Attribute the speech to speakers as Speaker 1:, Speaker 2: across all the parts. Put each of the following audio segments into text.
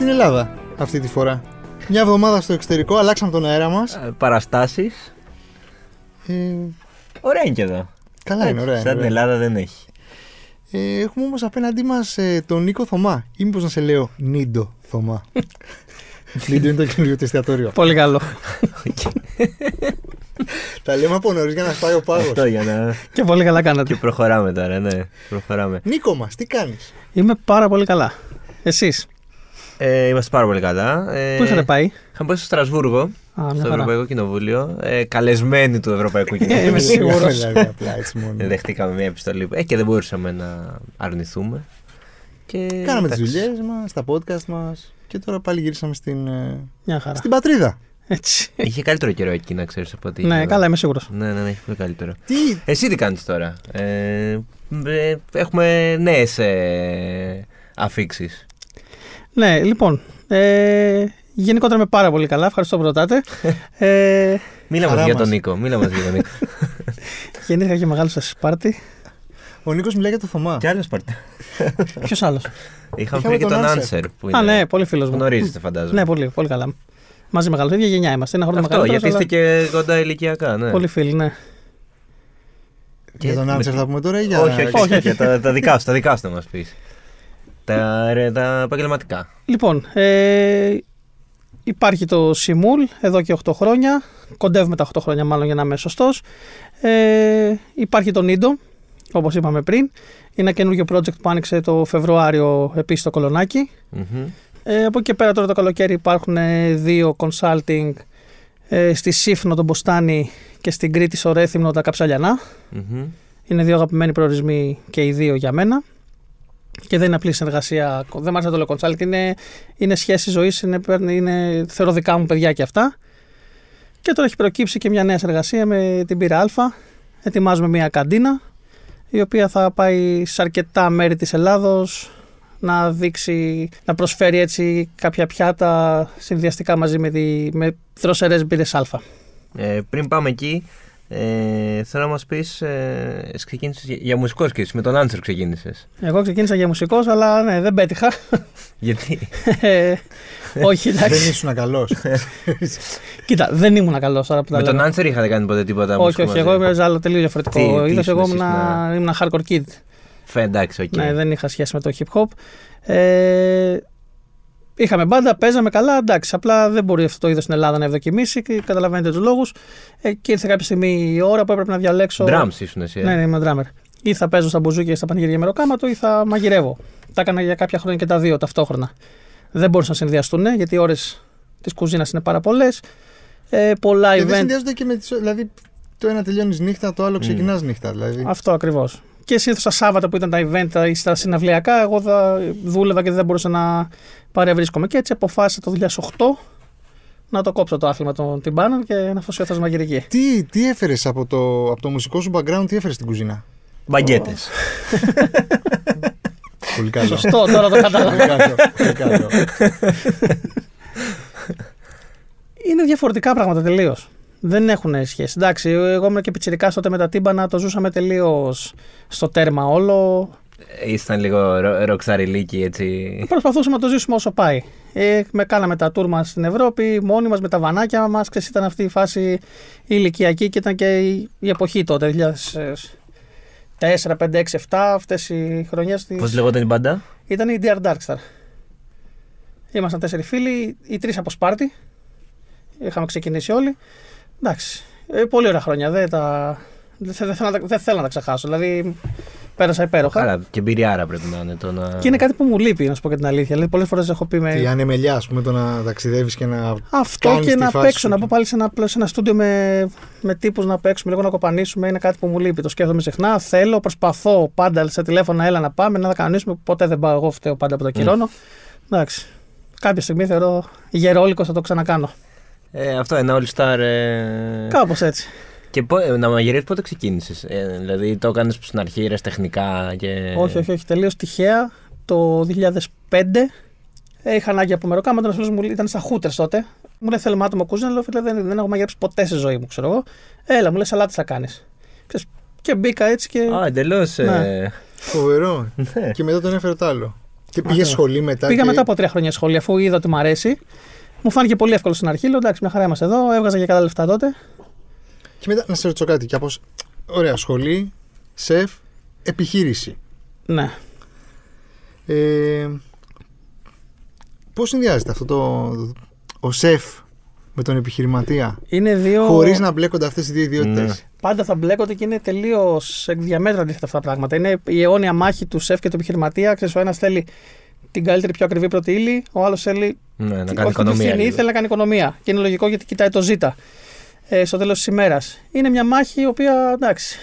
Speaker 1: Ελλάδα αυτή τη φορά. Μια εβδομάδα στο εξωτερικό, αλλάξαμε τον αέρα μας.
Speaker 2: Παραστάσεις.
Speaker 1: Ε,
Speaker 2: Ωραία είναι και εδώ.
Speaker 1: καλά είναι, ωραία. είναι,
Speaker 2: Σαν την
Speaker 1: ωραία.
Speaker 2: Ελλάδα δεν έχει.
Speaker 1: Ε, έχουμε όμως απέναντί μας τον Νίκο Θωμά. Ή μήπως να σε λέω Νίντο Θωμά. Νίντο είναι το καινούριο του εστιατόριο.
Speaker 3: Πολύ καλό.
Speaker 1: Τα λέμε από νωρίς για να σπάει ο πάγο.
Speaker 2: Αυτό για να.
Speaker 3: και πολύ καλά
Speaker 2: και
Speaker 3: κάνατε.
Speaker 2: προχωράμε τώρα, ναι. Προχωράμε.
Speaker 1: Νίκο μας, τι κάνεις.
Speaker 3: Είμαι πάρα πολύ καλά. Εσείς,
Speaker 2: Ε, είμαστε πάρα πολύ καλά. Ε,
Speaker 3: πού είχατε πάει,
Speaker 2: Είχαμε πάει στο Στρασβούργο,
Speaker 3: Α, μια
Speaker 2: στο
Speaker 3: χαρά.
Speaker 2: Ευρωπαϊκό Κοινοβούλιο. Ε, καλεσμένοι του Ευρωπαϊκού
Speaker 3: Ε, είμαι
Speaker 2: Κοινοβουλίου.
Speaker 3: σίγουρος.
Speaker 1: Δηλαδή, απλά έτσι μόνο.
Speaker 2: Ε, Δεχτήκαμε μια επιστολή. Ε, και δεν μπορούσαμε να αρνηθούμε. Και,
Speaker 1: Κάναμε τις
Speaker 2: εντάξει.
Speaker 1: δουλειές μας, τα podcast μας και τώρα πάλι γύρισαμε στην, ε,
Speaker 3: Μια χαρά.
Speaker 1: στην πατρίδα.
Speaker 3: Έτσι.
Speaker 2: Είχε καλύτερο καιρό εκεί, να ξέρεις από ό,τι. είχε
Speaker 3: ναι,
Speaker 2: εδώ.
Speaker 3: καλά, είμαι σίγουρος.
Speaker 2: Ναι, ναι, ναι, έχει πολύ καλύτερο.
Speaker 1: Τι,
Speaker 2: Εσύ τι κάνεις τώρα. Ε, ε, έχουμε νέες ε, αφήξεις.
Speaker 3: Ναι, λοιπόν. Ε, γενικότερα είμαι πάρα πολύ καλά. Ευχαριστώ που ρωτάτε. ε,
Speaker 2: Μίλα μας
Speaker 1: Χαρά
Speaker 2: για
Speaker 1: μας.
Speaker 2: τον Νίκο. Μίλα μας για τον Νίκο.
Speaker 3: γεννήθηκα και μεγάλο σα Σπάρτη.
Speaker 1: ο Νίκος μιλάει για το Θωμά.
Speaker 2: Κι άλλος πάρτε.
Speaker 3: Ποιος άλλος.
Speaker 2: Είχαμε
Speaker 1: Είχαμε
Speaker 2: φέρει και
Speaker 1: τον
Speaker 2: τον
Speaker 1: Answer.
Speaker 2: Answer που είναι.
Speaker 3: Α, ναι, πολύ φίλος μου.
Speaker 2: Γνωρίζετε, φαντάζομαι.
Speaker 3: Ναι, πολύ, πολύ καλά. Μαζί μεγάλο. ίδια γενιά είμαστε. Ένα χρόνο
Speaker 2: Αυτό,
Speaker 3: μεγαλύτερος,
Speaker 2: γιατί είστε
Speaker 3: αλλά
Speaker 2: και κοντά ηλικιακά, ναι.
Speaker 3: Πολύ φίλοι, ναι.
Speaker 1: Για τον
Speaker 2: με
Speaker 1: Άντσερ
Speaker 2: τι-
Speaker 1: θα πούμε τώρα ή για.
Speaker 2: Όχι, όχι,
Speaker 3: όχι,
Speaker 2: όχι.
Speaker 3: όχι.
Speaker 2: για τα, τα δικά σου, τα δικά σου να μας πεις. Τα, ρε, τα επαγγελματικά.
Speaker 3: Λοιπόν, ε, υπάρχει το Σιμούλ εδώ και 8 χρόνια. Κοντεύουμε τα 8 χρόνια μάλλον για να είμαι σωστός. Ε, υπάρχει το Nido, όπως είπαμε πριν. Είναι ένα καινούργιο project που άνοιξε το Φεβρουάριο επίσης στο Κολονάκι.
Speaker 2: Μμμ.
Speaker 3: Ε, από εκεί και πέρα τώρα το καλοκαίρι υπάρχουν ε, δύο consulting ε, στη Σύφνο τον Μποστάνη και στην Κρήτη στο Ρέθυμνο τα Καψαλιανά.
Speaker 2: Μμμ.
Speaker 3: Είναι δύο αγαπημένοι προορισμοί και οι δύο για μένα. Και δεν είναι απλή συνεργασία. Δεν μ' άρεσε να το λέω consulting. Είναι, είναι σχέση ζωής, είναι, παίρνει- είναι, θεωρώ δικά μου παιδιά και αυτά. Και τώρα έχει προκύψει και μια νέα συνεργασία με την πύρα Α. Ετοιμάζουμε μια καντίνα η οποία θα πάει σε αρκετά μέρη της Ελλάδος να δείξει, να προσφέρει έτσι κάποια πιάτα συνδυαστικά μαζί με, τη, με δροσερές μπύρες Α.
Speaker 2: Ε, πριν πάμε εκεί, ε, θέλω να μας πεις, ε, εσύ ξεκίνησες για, για μουσικός σκέψη, με τον Answer ξεκίνησες.
Speaker 3: Εγώ ξεκίνησα για μουσικός αλλά ναι, δεν πέτυχα.
Speaker 2: Γιατί,
Speaker 3: Ε, όχι,
Speaker 1: Δεν
Speaker 3: εντάξει.
Speaker 1: ήσουν καλός.
Speaker 2: Ε,
Speaker 3: Κοίτα, δεν ήμουν καλός τώρα που τα
Speaker 2: με τον
Speaker 3: λέω.
Speaker 2: Answer είχατε κάνει ποτέ τίποτα
Speaker 3: Ναι. Όχι,
Speaker 2: μουσικός
Speaker 3: όχι,
Speaker 2: μαζί.
Speaker 3: εγώ ήμουν άλλο τελείως διαφορετικό.
Speaker 2: Τι- τι
Speaker 3: Είδο, εγώ
Speaker 2: ήσουν
Speaker 3: ήμουν,
Speaker 2: εσείς,
Speaker 3: ήμουν hardcore kid.
Speaker 2: Φε, εντάξει, οκ.
Speaker 3: Ναι, δεν είχα σχέση με το hip hop. Ε, είχαμε μπάντα, παίζαμε καλά, εντάξει. Απλά δεν μπορεί αυτό το είδος στην Ελλάδα να ευδοκιμήσει και καταλαβαίνετε τους λόγους. Ε, και ήρθε κάποια στιγμή η ώρα που έπρεπε να διαλέξω.
Speaker 2: Drums ήσουν εσύ. ε.
Speaker 3: Ναι, ναι, είμαι drummer. Ή θα παίζω στα μπουζούκια ή στα πανηγύρια με ροκάματο ή θα μαγειρεύω. Τα έκανα για κάποια χρόνια και τα δύο ταυτόχρονα. Δεν μπορούσαν να συνδυαστούν ναι, γιατί οι ώρες της κουζίνας είναι πάρα πολλές. Ε, πολλά
Speaker 1: Και δεν
Speaker 3: event. Mm.
Speaker 1: συνδυάζονται και με τις. Δηλαδή, το ένα τελειώνεις νύχτα, το άλλο ξεκινάς νύχτα. Δηλαδή.
Speaker 3: Αυτό ακριβώς. Και συνήθως τα Σάββατα που ήταν τα event τα- ή στα συναυλιακά, εγώ θα δούλευα και δεν μπορούσα να παρευρίσκομαι. Και έτσι αποφάσισα το 2008 να το κόψω το άθλημα των τυμπάνων και να αφοσιωθώ στη μαγειρική.
Speaker 1: Τι, τι έφερες από το, από το μουσικό σου background, τι έφερες στην κουζίνα.
Speaker 2: Μπαγκέτες.
Speaker 1: Πολύ καλό.
Speaker 3: Σωστό, τώρα το κατάλαβα.
Speaker 1: Πολύ καλό, πολύ καλό.
Speaker 3: Είναι διαφορετικά πράγματα τελείως. Δεν έχουν σχέση. Εντάξει, εγώ ήμουν και πιτσιρικά τότε με τα τύμπανα, το ζούσαμε τελείως στο τέρμα όλο.
Speaker 2: Ε, Ήσταν λίγο ρο, ροξαριλίκι έτσι.
Speaker 3: Προσπαθούσαμε να το ζήσουμε όσο πάει. Ε, με κάναμε τα τουρ μας στην Ευρώπη, μόνοι μας με τα βανάκια μας. Ξέρεις, ήταν αυτή η φάση η ηλικιακή και ήταν και η, η εποχή τότε. 2004, 5, 6, 7, αυτές οι χρονιές.
Speaker 2: Πώς λεγόταν η μπάντα.
Speaker 3: Ήταν η DR Darkstar. Ήμασταν τέσσερι φίλοι, οι τρεις από Σπάρτη. Είχαμε ξεκινήσει όλοι. Εντάξει. Ε, πολύ ωραία χρόνια. Δεν, τα... δεν, θε- δεν θέλω, να τα- δεν θέλω να τα ξεχάσω. Δηλαδή, πέρασα υπέροχα.
Speaker 2: Καλά, και μπυριάρα πρέπει να είναι το να...
Speaker 3: Και είναι κάτι που μου λείπει, να σου πω και την αλήθεια. Δηλαδή, πολλές φορές έχω πει με.
Speaker 1: Η ανεμελιά, ας πούμε, το να ταξιδεύεις και να.
Speaker 3: Αυτό
Speaker 1: κάνεις
Speaker 3: και
Speaker 1: τη
Speaker 3: να
Speaker 1: φάση
Speaker 3: παίξω,
Speaker 1: σου
Speaker 3: να
Speaker 1: και-
Speaker 3: πω πάλι σε ένα, σε ένα στούντιο με, με τύπους να παίξουμε, λίγο να κοπανίσουμε, είναι κάτι που μου λείπει. Το σκέφτομαι συχνά. Θέλω, προσπαθώ πάντα σε τηλέφωνα, έλα να πάμε, να τα κανονίσουμε. Ποτέ δεν πάω. Εγώ φταίω πάντα που το
Speaker 1: Ναι.
Speaker 3: κυρώνω. Εντάξει. Κάποια στιγμή θεωρώ γερόλικος θα το ξανακάνω.
Speaker 2: Ε, αυτό, ένα all star. Ε...
Speaker 1: Ναι.
Speaker 3: Κάπως έτσι.
Speaker 2: Και πο... ε, να μαγειρεύεις πότε ξεκίνησες. Ε, δηλαδή το έκανες στην αρχή, ρε τεχνικά
Speaker 1: Ε.
Speaker 2: και...
Speaker 3: Όχι, όχι, όχι. Τελείως τυχαία. Το 2005 ε, είχα ανάγκη από μεροκάμα. Ένας φίλος μου λέει- ήταν στα χούτερ τότε. Μου λέει: Θέλουμε άτομο κουζίνα. Λέω: Φίλε, δεν, δεν έχω μαγειρέψει ποτέ στη ζωή μου, ξέρω εγώ. Έλα, μου λέει: Σαλάτα θα κάνεις. Και μπήκα έτσι και.
Speaker 2: Α, εντελώς. Ε...
Speaker 1: Φοβερό.
Speaker 2: ναι.
Speaker 1: και μετά τον έφερε το άλλο. Και πήγε σχολή μετά.
Speaker 3: Πήγα
Speaker 1: και...
Speaker 3: ναι. μετά από τρία χρόνια σχολή, αφού είδα ότι μου αρέσει. Μου φάνηκε πολύ εύκολο στην αρχή. Λέω εντάξει, μια χαρά είμαστε εδώ. Έβγαζα για καλά λεφτά τότε.
Speaker 1: Και μετά να σε ρωτήσω κάτι. Και από... σ- Ωραία, σχολή, σεφ, επιχείρηση.
Speaker 3: Ναι.
Speaker 1: Ε, πώς συνδυάζεται αυτό το, ο σεφ με τον επιχειρηματία
Speaker 3: Είναι δύο.
Speaker 1: χωρίς να μπλέκονται αυτές οι δύο ιδιότητες.
Speaker 3: Πάντα θα μπλέκονται και είναι τελείως διαμέτρα αντίθετα αυτά τα πράγματα. Είναι η αιώνια μάχη του σεφ και του επιχειρηματία. Ξέρεις, ο ένας θέλει την καλύτερη, πιο ακριβή πρώτη ύλη, ο άλλος θέλει
Speaker 2: Ναι, να
Speaker 3: την-
Speaker 2: κάνει
Speaker 3: όχι την
Speaker 2: οικονομία.
Speaker 3: φθηνή,
Speaker 2: λίγο.
Speaker 3: θέλει να κάνει οικονομία. Και είναι λογικό γιατί κοιτάει το ζήτα ε, στο τέλος της ημέρας. Είναι μια μάχη η οποία εντάξει.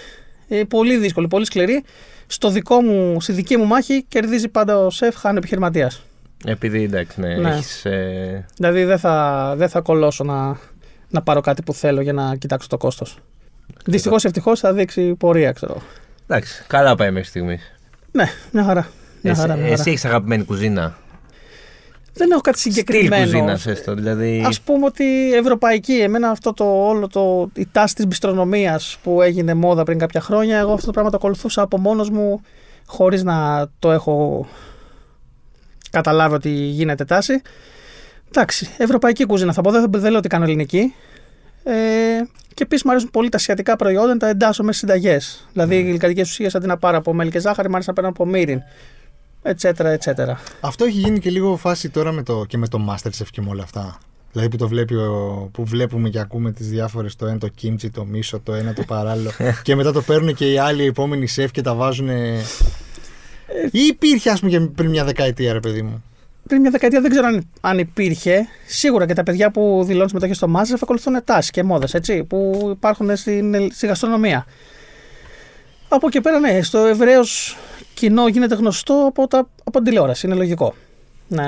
Speaker 3: ε, πολύ δύσκολη, πολύ σκληρή. Στο δικό μου, στη δική μου μάχη κερδίζει πάντα ο σεφ, χάνει ο επιχειρηματίας.
Speaker 2: Επειδή εντάξει, ναι,
Speaker 3: Ναι.
Speaker 2: έχεις, ε,
Speaker 3: Δηλαδή δεν θα, δεν θα κολώσω να, να πάρω κάτι που θέλω για να κοιτάξω το κόστος. Δυστυχώς ή ευτυχώς θα δείξει η πορεία, ξέρω.
Speaker 2: εντάξει, καλά πάει μέχρι στιγμής.
Speaker 3: Ναι, μια χαρά. Μια
Speaker 2: Εσύ,
Speaker 3: χαρά, μια χαρά.
Speaker 2: εσύ έχεις αγαπημένη κουζίνα.
Speaker 3: Δεν έχω κάτι
Speaker 2: Στυλ
Speaker 3: συγκεκριμένο.
Speaker 2: κουζίνας, έστω. Δηλαδή.
Speaker 3: Ας πούμε ότι ευρωπαϊκή, εμένα αυτό το όλο το. η τάση της μπιστρονομίας που έγινε μόδα πριν κάποια χρόνια, εγώ αυτό το πράγμα το ακολουθούσα από μόνος μου, χωρίς να το έχω καταλάβει ότι γίνεται τάση. Εντάξει, ευρωπαϊκή κουζίνα θα πω, δεν, δεν λέω ότι κάνω ελληνική. Ε, και επίσης μου αρέσουν πολύ τα ασιατικά προϊόντα, τα εντάσσω μέσα συνταγές. Δηλαδή, οι γλυκαντικέ ουσίες αντί να πάρω από μέλι και ζάχαρη, μου άρεσε να παίρνω από μύριν. Ετσέτερα, ετσέτερα.
Speaker 1: Αυτό έχει γίνει και λίγο φάση τώρα με το, και με το Masterchef και με όλα αυτά. Δηλαδή που, το βλέπει ο- που βλέπουμε και ακούμε τις διάφορες το ένα το κίμτσι, το μίσο, το ένα το παράλληλο και μετά το παίρνουν και οι άλλοι οι επόμενοι σεφ και τα βάζουν... Ή υπήρχε ας πούμε και πριν μια δεκαετία ρε παιδί μου.
Speaker 3: πριν μια δεκαετία δεν ξέρω αν, αν υπήρχε. Σίγουρα και τα παιδιά που δηλώνουν συμμετοχή στο Masterchef ακολουθούν τάσει και μόδες που υπάρχουν στην, ελ- στη γαστρονομία. Από εκεί πέρα, ναι, στο ευρέως κοινό γίνεται γνωστό από, τα, από την τηλεόραση. Είναι λογικό να,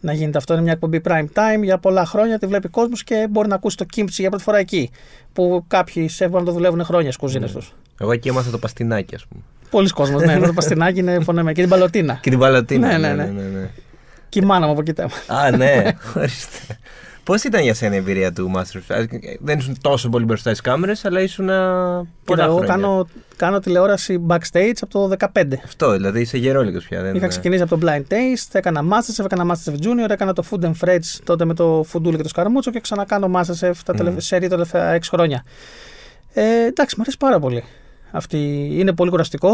Speaker 3: να γίνεται αυτό. Είναι μια εκπομπή prime time για πολλά χρόνια. Τη βλέπει κόσμος και μπορεί να ακούσει το κίμψι για πρώτη φορά εκεί. Που κάποιοι σεφ μπορεί να το δουλεύουν χρόνια στις κουζίνες τους.
Speaker 2: Εγώ εκεί έμαθα το παστινάκι, ας πούμε.
Speaker 3: Πολλοί κόσμοι, ναι. το παστινάκι είναι φωνεμένο και την παλωτίνα.
Speaker 2: Και την παλατίνα.
Speaker 3: Ναι, ναι,
Speaker 2: ναι, ναι.
Speaker 3: και η μάνα μου από εκεί τα-
Speaker 2: Α, ναι, ορίστε. Πώς ήταν για σένα η εμπειρία του Masterchef, Ε, Δεν ήσουν τόσο πολύ μπροστά στις κάμερες, αλλά ήσουν. α, Πολλά
Speaker 3: Κοίτα, εγώ
Speaker 2: χρόνια.
Speaker 3: κάνω, κάνω τηλεόραση backstage από το 2015.
Speaker 2: Αυτό, δηλαδή είσαι γερόλικος πια. Δεν...
Speaker 3: Είχα ξεκινήσει από το Blind Taste, έκανα Masterchef, έκανα Masterchef Junior, έκανα το Food and Friends τότε με το Φουντούλη και το Σκαρμούτσο και ξανακάνω Masterchef τα τελευ... σερί τα τελευταία 6 χρόνια. Ε, εντάξει, μου αρέσει πάρα πολύ. Αυτή είναι πολύ κουραστικό.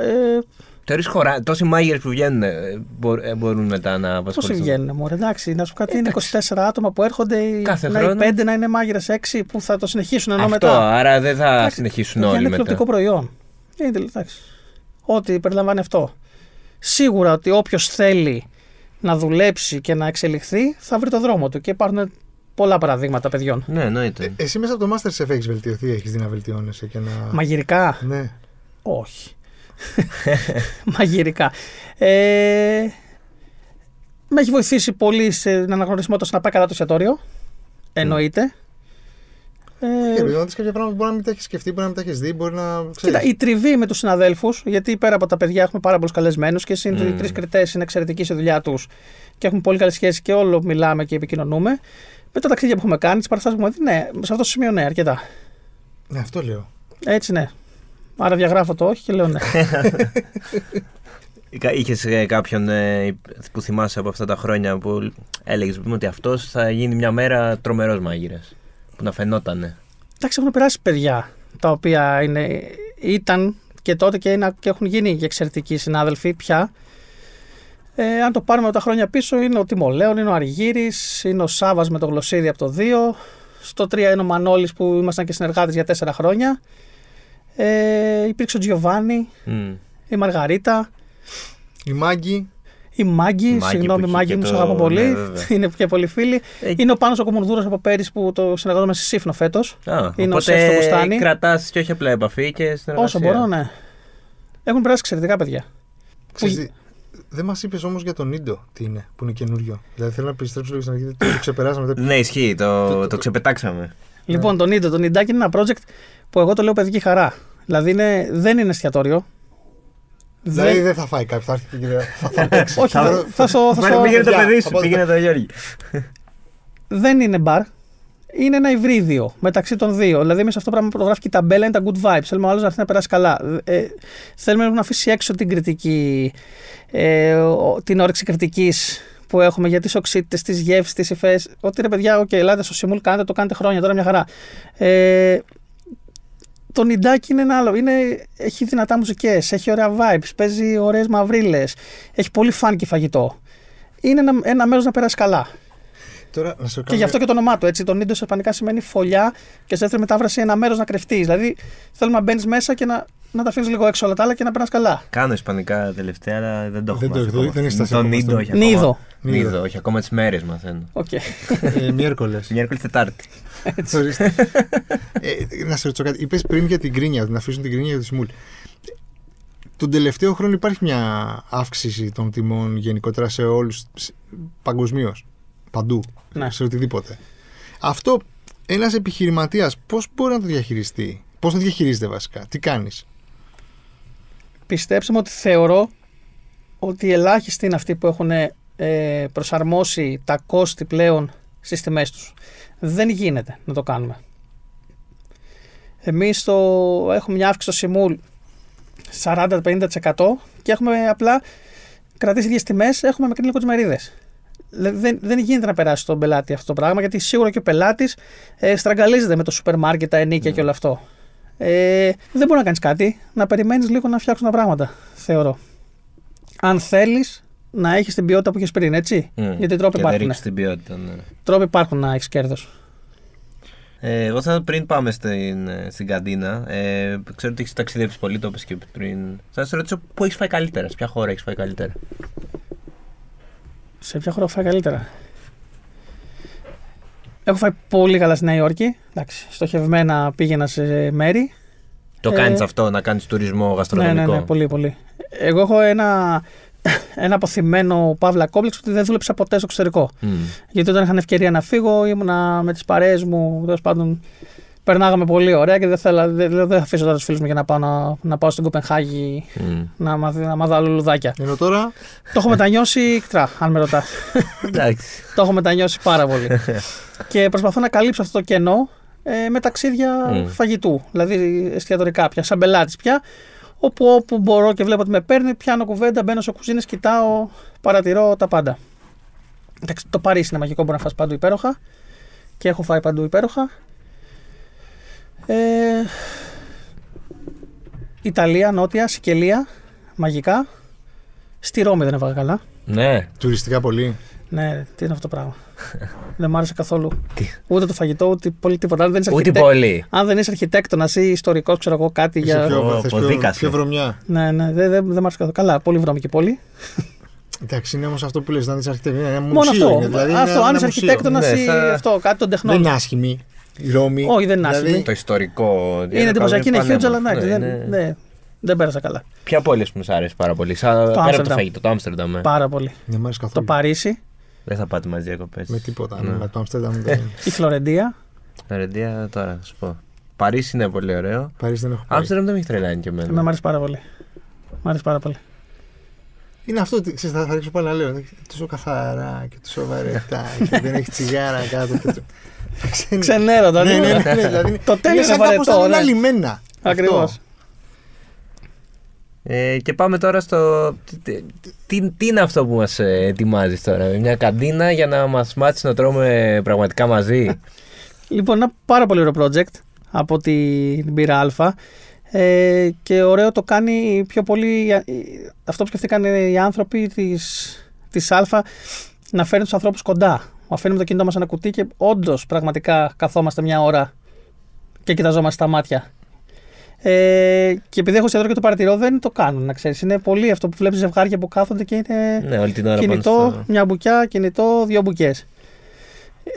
Speaker 3: Ε,
Speaker 2: Θεωρεί χωρά. Τόσοι μάγειρες που βγαίνουν ε, μπο- ε, μπορούν μετά να
Speaker 3: Πώς
Speaker 2: απασχοληθούν.
Speaker 3: βγαίνουν, Μωρέ, εντάξει, να σου πω κάτι, είναι 24 άτομα που έρχονται,
Speaker 2: Κάθε
Speaker 3: να
Speaker 2: χρόνο.
Speaker 3: είναι 5, να είναι μάγειρες 6 που θα το συνεχίσουν ενώ
Speaker 2: Αυτό,
Speaker 3: μετά.
Speaker 2: άρα δεν θα
Speaker 3: Εντάξει,
Speaker 2: συνεχίσουν
Speaker 3: παιδιά,
Speaker 2: όλοι
Speaker 3: Είναι
Speaker 2: μετά.
Speaker 3: εκλοπτικό προϊόν. Είναι τελ- εντάξει. Ό,τι περιλαμβάνει αυτό. Σίγουρα ότι όποιος θέλει να δουλέψει και να εξελιχθεί θα βρει το δρόμο του. Και υπάρχουν πολλά παραδείγματα παιδιών.
Speaker 2: Ναι, εννοείται.
Speaker 1: Ε, Εσύ μέσα από το Masterchef έχεις βελτιωθεί, έχεις δει να βελτιώνεσαι και να...
Speaker 3: Μαγειρικά,
Speaker 1: Ναι.
Speaker 3: όχι. Μαγειρικά. Ε, με έχει βοηθήσει πολύ σε να αναγνωρισμό το να πάει καλά το εστιατόριο. Εννοείται. Ε,
Speaker 1: Και δεις κάποια πράγματα που μπορεί να μην τα έχεις σκεφτεί, μπορεί να μην τα έχεις δει, μπορεί να. ξέρεις.
Speaker 3: Κοίτα, η τριβή με τους συναδέλφους, γιατί πέρα από τα παιδιά έχουμε πάρα πολλούς καλεσμένους και συν οι τρεις κριτές είναι εξαιρετικοί στη δουλειά τους και έχουμε πολύ καλή σχέση και όλο μιλάμε και επικοινωνούμε. Με τα ταξίδια που έχουμε κάνει, τις παραστάσεις που έχουμε δει, ναι, σε αυτό το σημείο ναι, αρκετά.
Speaker 1: Ναι, αυτό λέω.
Speaker 3: Έτσι ναι. Άρα διαγράφω το όχι και λέω ναι.
Speaker 2: Είχε κάποιον ε, που θυμάσαι από αυτά τα χρόνια που έλεγε ότι αυτός θα γίνει μια μέρα τρομερός μάγειρας. Που να φαινότανε.
Speaker 3: Εντάξει, έχουν περάσει παιδιά τα οποία είναι, ήταν και τότε και, είναι, και έχουν γίνει και εξαιρετικοί συνάδελφοι πια. Ε, αν το πάρουμε από τα χρόνια πίσω, είναι ο Τιμολέων, είναι ο Αργύρης, είναι ο Σάβας με το γλωσσίδι από το 2. Στο 3 είναι ο Μανώλης που ήμασταν και συνεργάτες για 4 χρόνια. Ε, υπήρξε ο Τζιοβάνι,
Speaker 2: Μμ.
Speaker 3: η Μαργαρίτα,
Speaker 1: Η μάγκη.
Speaker 3: η Μάγκη.
Speaker 2: Η Μάγκη
Speaker 3: Συγγνώμη,
Speaker 2: που είχε
Speaker 3: Μάγκη
Speaker 2: και
Speaker 3: μου, σε
Speaker 2: το-
Speaker 3: αγαπώ πολύ.
Speaker 2: ναι, βέβαια.
Speaker 3: είναι και πολύ φίλοι.
Speaker 2: Ε,
Speaker 3: Είναι ο Πάνος ο Κομμουνδούρος από πέρυσι που το συνεργαζόμαστε στη Σύφνο φέτος.
Speaker 2: Α,
Speaker 3: Είναι ο Σεφ στο
Speaker 2: οπότε
Speaker 3: Μποστάνι.
Speaker 2: κρατάς και όχι απλά επαφή και συνεργασία.
Speaker 3: Όσο μπορώ, ναι. Έχουν περάσει εξαιρετικά παιδιά.
Speaker 1: Ξέρεις τι, δεν μας είπες όμως για τον Ίντο τι είναι, που είναι καινούριο. Δηλαδή θέλω να επιστρέψω λίγο στην αρχή, γιατί το ξεπεράσαμε. δεν-
Speaker 2: Ναι, ισχύει, το,
Speaker 1: Το-
Speaker 2: το,
Speaker 1: το-
Speaker 2: ξεπετάξαμε.
Speaker 3: Λοιπόν, τον Ίντο, τον Ιντάκι είναι ένα project που εγώ το λέω παιδική χαρά. Δηλαδή είναι, δεν είναι εστιατόριο.
Speaker 1: Δηλαδή
Speaker 3: Δεν-
Speaker 1: δεν θα φάει κάποιος, θα έρθει και θα, θα παίξει.
Speaker 3: Όχι, θα, θα, σου- θα, σου-
Speaker 1: Μάλλον πήγαινε-
Speaker 2: Πήγαινε το
Speaker 1: παιδιά,
Speaker 2: παιδί σου,
Speaker 1: από-
Speaker 2: πήγαινε το Γιώργη.
Speaker 3: δεν είναι μπαρ. είναι ένα υβρίδιο μεταξύ των δύο. Δηλαδή, μέσα σε αυτό το πράγμα που το γράφει και η ταμπέλα είναι τα good vibes. Θέλουμε ο άλλος να έρθει να περάσει καλά. Ε, θέλουμε να αφήσει έξω την κριτική, ε, ο- την όρεξη κριτικής που έχουμε για τις οξύτητες, τις γεύσεις, τις υφές. Ότι ρε παιδιά, οκ, ελάτε στο Σιμούλ, κάντε το, κάντε χρόνια τώρα μια χαρά. Ε, το νιντάκι είναι ένα άλλο. Είναι, έχει δυνατά μουσικές, έχει ωραία vibes, παίζει ωραίες μαυρίλες, έχει πολύ φάνκι φαγητό. Είναι ένα, ένα μέρος να περάσει καλά.
Speaker 1: Τώρα να σου
Speaker 3: Και γι' αυτό και το όνομά του. Έτσι, το νίντο σε ισπανικά σημαίνει φωλιά και σε δεύτερη μετάφραση ένα μέρος να κρυφτείς. Δηλαδή θέλουμε να μπαίνεις μέσα και να, να τα αφήνεις λίγο έξω όλα τα άλλα και να περνάς καλά.
Speaker 2: Κάνω ισπανικά τελευταία, αλλά δεν το
Speaker 1: Δεν
Speaker 2: έχω
Speaker 1: το-
Speaker 2: μάθει
Speaker 1: δεν-
Speaker 2: ακόμα.
Speaker 1: δεν είσαι στα
Speaker 2: Το
Speaker 1: σύνορα
Speaker 2: Νίδο,
Speaker 1: μας,
Speaker 2: όχι
Speaker 3: το-
Speaker 2: ακόμα.
Speaker 3: Νίδο.
Speaker 2: Νίδο, όχι ακόμα τις μέρες μαθαίνω.
Speaker 3: Οκ.
Speaker 1: ε, Μιέρκολες.
Speaker 2: Μιέρκολη Τετάρτη.
Speaker 1: Ορίστε. ε, να σε ρωτήσω κάτι. Είπες πριν για την κρίνια, την αφήσουν την κρίνια για τη Σμούλ. Τον τελευταίο χρόνο υπάρχει μια αύξηση των τιμών γενικότερα σε όλους παγκοσμίως. Παντού.
Speaker 3: Ναι.
Speaker 1: Σε οτιδήποτε. Αυτό ένας επιχειρηματίας πώς μπορεί να το διαχειριστεί, πώς το διαχειρίζεται βασικά, τι κάνεις.
Speaker 3: Πιστέψτε μου ότι θεωρώ ότι ελάχιστοι είναι αυτοί που έχουν ε, προσαρμόσει τα κόστη πλέον στις τιμές τους. Δεν γίνεται να το κάνουμε. Εμείς έχουμε μια αύξηση στο Σιμούλ 40-50% και έχουμε απλά κρατήσει ίδιες τιμές, έχουμε μικρή λίγο τις μερίδες. Δεν, δεν γίνεται να περάσει στον πελάτη αυτό το πράγμα γιατί σίγουρα και ο πελάτης ε, στραγγαλίζεται με το σούπερ μάρκετ, τα ενίκια και όλο αυτό. Ε, δεν μπορεί να κάνεις κάτι. Να περιμένεις λίγο να φτιάξουν τα πράγματα, θεωρώ. Αν θέλεις να έχεις την ποιότητα που είχες πριν, έτσι.
Speaker 2: Μμ.
Speaker 3: Γιατί τρόποι
Speaker 2: Ναι. Και θα
Speaker 3: υπάρχουν.
Speaker 2: ρίξεις την ποιότητα, ναι.
Speaker 3: Τρόποι υπάρχουν να έχεις κέρδος.
Speaker 2: Ε, εγώ θα πριν πάμε στην, ε, στην καντίνα, ε, ξέρω ότι έχεις ταξιδέψει πολύ, το είπες και πριν. Θα σε ρωτήσω πού έχεις φάει καλύτερα, σε ποια χώρα έχεις φάει καλύτερα.
Speaker 3: Σε ποια χώρα φάει καλύτερα. Έχω φάει πολύ καλά στη Νέα Υόρκη. Εντάξει, στοχευμένα πήγαινα σε μέρη.
Speaker 2: Το
Speaker 3: Ε,
Speaker 2: κάνει αυτό, να κάνεις τουρισμό
Speaker 3: Ναι,
Speaker 2: γαστρονομικό.
Speaker 3: ναι, ναι, πολύ, πολύ. Εγώ έχω ένα, ένα αποθυμένο παύλα κόμπλεξ ότι δεν δούλεψα ποτέ στο εξωτερικό.
Speaker 2: Μμ.
Speaker 3: Γιατί όταν είχαν ευκαιρία να φύγω, ήμουνα με τις παρέες μου. Τέλος πάντων, περνάγαμε πολύ ωραία και δεν, θέλα, δεν, δεν αφήσω τώρα τους φίλους μου για να πάω, να, να πάω στην Κοπενχάγη
Speaker 2: Μμ.
Speaker 3: να, μαθ- να μαδάλω λουδάκια.
Speaker 1: Ενώ τώρα
Speaker 3: Το έχω μετανιώσει εκτρά, αν με ρωτάς.
Speaker 2: Εντάξει.
Speaker 3: Το έχω μετανιώσει πάρα πολύ. και προσπαθώ να καλύψω αυτό το κενό ε, με ταξίδια
Speaker 2: Mm.
Speaker 3: φαγητού. Δηλαδή εστιατορικά πια, σαν πελάτης πια. Όπου, όπου μπορώ και βλέπω ότι με παίρνει, πιάνω κουβέντα, μπαίνω σε κουζίνες, κοιτάω, παρατηρώ τα πάντα. Εντάξει, το Παρίσι είναι μαγικό, μπορεί να φας παντού υπέροχα. Και έχω φάει παντού υπέροχα. Ε, Ιταλία, Νότια, Σικελία, μαγικά. Στη Ρώμη δεν έβαγα καλά.
Speaker 2: Ναι.
Speaker 1: τουριστικά πολύ.
Speaker 3: Ναι, ρε, τι είναι αυτό το πράγμα. δεν μ' άρεσε καθόλου. ούτε το φαγητό, ούτε πολύ τίποτα. Αν δεν είσαι,
Speaker 2: Ούτε
Speaker 3: αρχιτέκ...
Speaker 2: πολύ.
Speaker 3: αν δεν είσαι αρχιτέκτονας ή ιστορικός, ξέρω εγώ κάτι
Speaker 1: Είσαι
Speaker 3: για.
Speaker 1: πιο,
Speaker 2: Ω,
Speaker 1: βαθες, πιο,
Speaker 2: αποδίκασες.
Speaker 1: πιο βρωμιά.
Speaker 3: Ναι, ναι, δεν δεν- δεν μ' άρεσε καθόλου. Καλά, πολύ βρώμικη πόλη.
Speaker 1: Εντάξει, είναι όμως αυτό που λες: να είσαι αρχιτέκτονα. Ένα
Speaker 3: Μόνο
Speaker 1: μουσείο
Speaker 3: αυτό.
Speaker 1: είναι. Δηλαδή είναι
Speaker 3: αυτό,
Speaker 1: ένα
Speaker 3: αν είσαι
Speaker 1: μουσείο.
Speaker 3: αρχιτέκτονας
Speaker 2: Ναι,
Speaker 3: ή
Speaker 2: θα-
Speaker 3: αυτό, κάτι των
Speaker 1: Δεν
Speaker 3: τεχνών.
Speaker 1: είναι άσχημη. Η Ρώμη. Δηλαδή,
Speaker 3: Όχι, δεν είναι άσχημη.
Speaker 2: Το ιστορικό.
Speaker 3: Ε, είναι εντυπωσιακή, είναι huge, αλλά εντάξει,
Speaker 2: Ναι,
Speaker 3: δεν,
Speaker 2: ναι.
Speaker 3: ναι, δεν πέρασα καλά.
Speaker 2: Ποια πόλη μου σ' άρεσε πάρα πολύ. Σαν πέρα από το
Speaker 3: Άμστερνταμ.
Speaker 2: φαγητό, το Άμστερνταμ. ε.
Speaker 3: Πάρα πολύ.
Speaker 1: Δεν μ' αρέσει
Speaker 3: Το
Speaker 1: καθόλου.
Speaker 3: Παρίσι,
Speaker 2: Δεν θα πάτε μαζί διακοπέ.
Speaker 1: Με τίποτα.
Speaker 2: Ναι.
Speaker 1: Με το Αμστέρνταμ δεν.
Speaker 3: η Φλωρεντία.
Speaker 2: Φερεντία, τώρα θα σου πω. Παρίσι είναι πολύ ωραίο.
Speaker 1: Παρίσι δεν έχω πάει.
Speaker 2: Άμστερνταμ δεν με έχει τρελάνει και
Speaker 3: Με μ'
Speaker 2: εμένα.
Speaker 3: άρεσε πάρα πολύ. Μ' άρεσε πάρα πολύ.
Speaker 1: Ναι. Είναι αυτό ότι ξέρεις, θα, θα ρίξω πάλι να λέω. εντάξει, Τόσο καθαρά και τόσο βαρετά και δεν έχει τσιγάρα κάτω. Και... το- Ξένη-
Speaker 3: Ξενέρωτα,
Speaker 1: ναι,
Speaker 3: ναι,
Speaker 1: ναι, ναι, ναι, δηλαδή είναι-
Speaker 3: Το τέλειο
Speaker 1: είναι σαν
Speaker 3: είναι
Speaker 1: κάπως να
Speaker 3: βαρετό,
Speaker 1: είναι
Speaker 3: ναι.
Speaker 1: λιμένα.
Speaker 3: Ακριβώ.
Speaker 1: Αυτό.
Speaker 2: Ε, και πάμε τώρα στο. τι- τι- Τι, τι είναι αυτό που μας ετοιμάζεις τώρα, Μια καντίνα για να μας μάθεις να τρώμε πραγματικά μαζί.
Speaker 3: Λοιπόν, ένα πάρα πολύ ωραίο project από την πύρα Α. Ε, και ωραίο το κάνει πιο πολύ ε, αυτό που σκεφτήκαν οι άνθρωποι της, της Α να φέρνει τους ανθρώπους κοντά. Αφήνουμε το κινητό μας σε ένα κουτί και όντως πραγματικά καθόμαστε μια ώρα και κοιταζόμαστε στα μάτια. Ε, και επειδή έχω σιατρό και το παρατηρώ, δεν το κάνουν, να ξέρεις. Είναι πολύ αυτό που βλέπεις ζευγάρια που κάθονται και είναι
Speaker 2: ναι, όλη την ώρα πάνω
Speaker 3: Ε, κινητό,
Speaker 2: στο-
Speaker 3: μια μπουκιά, κινητό, δύο μπουκιές.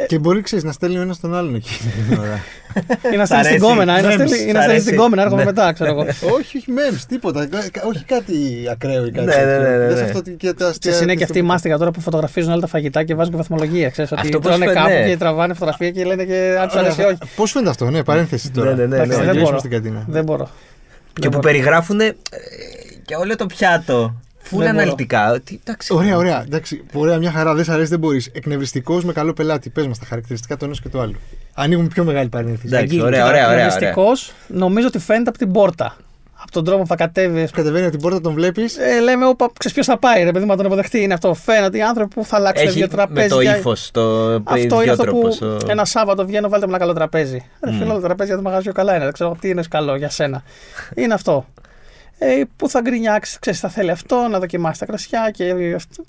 Speaker 1: Και μπορεί ξέρεις, να στέλνει ο ένας τον άλλον εκεί. την ώρα.
Speaker 3: Ή να
Speaker 2: Σ'
Speaker 3: στέλνει την
Speaker 2: αρέσει.
Speaker 3: κόμενα, ή να
Speaker 2: Memes.
Speaker 3: στέλνει- ή
Speaker 2: Σ'
Speaker 3: να στέλνει
Speaker 2: αρέσει.
Speaker 3: την κόμενα, έρχομαι
Speaker 2: Ναι.
Speaker 3: μετά, ξέρω εγώ.
Speaker 1: όχι, όχι, memes, τίποτα. Κα- Όχι κάτι ακραίο ή κάτι.
Speaker 2: Ναι, ναι,
Speaker 1: τέτοιο.
Speaker 2: ναι, ναι,
Speaker 1: Δες
Speaker 2: ναι.
Speaker 1: αυτό και τα αστεία.
Speaker 3: Ξέρεις, είναι
Speaker 1: της
Speaker 3: και αυτή η
Speaker 1: τοπικής.
Speaker 3: μάστιγα τώρα που φωτογραφίζουν όλα τα φαγητά και βάζουν και βαθμολογία. Ξέρεις, ότι
Speaker 2: Αυτό πώς
Speaker 3: τρώνε
Speaker 2: φαίνεται,
Speaker 3: κάπου
Speaker 2: ναι.
Speaker 3: και τραβάνε φωτογραφία και λένε και αν τους αρέσει ή όχι.
Speaker 1: Πώς φαίνεται αυτό, ναι, παρένθεση τώρα.
Speaker 2: Ναι,
Speaker 1: Να
Speaker 2: ναι, ναι, ναι.
Speaker 1: γυρίσουμε
Speaker 3: Δεν μπορώ.
Speaker 1: στην καντίνα.
Speaker 3: Δεν μπορώ.
Speaker 2: Και
Speaker 3: Ναι,
Speaker 2: που περιγράφουν και όλο το πιάτο. Φουλ
Speaker 3: Δεν μπορώ.
Speaker 2: αναλυτικά. Ότι, εντάξει,
Speaker 1: Ωραία, ωραία. Εντάξει, ωραία, μια χαρά. Δεν σ' αρέσει, δεν μπορείς. Εκνευριστικός με καλό πελάτη. Πες μας τα χαρακτηριστικά του ενός και του άλλου. Ανοίγουμε πιο μεγάλη παρένθεση.
Speaker 2: Εντάξει, ωραία, ωραία, ωραία. ωραία.
Speaker 3: Δυστυχώς, νομίζω ότι φαίνεται από την πόρτα. Από τον τρόπο που θα κατέβεις. ας πούμε.
Speaker 1: Κατεβαίνει από την πόρτα, τον βλέπεις.
Speaker 3: Ε, λέμε, όπα, ξέρεις ποιος θα πάει, ρε παιδί μου, να τον αποδεχτεί. Είναι αυτό. Φαίνονται οι άνθρωποι που θα αλλάξουν
Speaker 2: Έχει
Speaker 3: δύο
Speaker 2: με
Speaker 3: τραπέζια.
Speaker 2: το ύφος, το
Speaker 3: Αυτό είναι αυτό που
Speaker 2: ιδιότροπο. το-
Speaker 3: ένα Σάββατο βγαίνω, βάλτε μου ένα καλό τραπέζι. Ρε φίλε, το τραπέζι για το μαγαζιό καλά είναι. Δεν ξέρω τι είναι καλό για σένα. είναι αυτό. Ε, που θα γκρινιάξει, ξέρεις, θα θέλει αυτό, να δοκιμάσει τα κρασιά και ε, αυτό.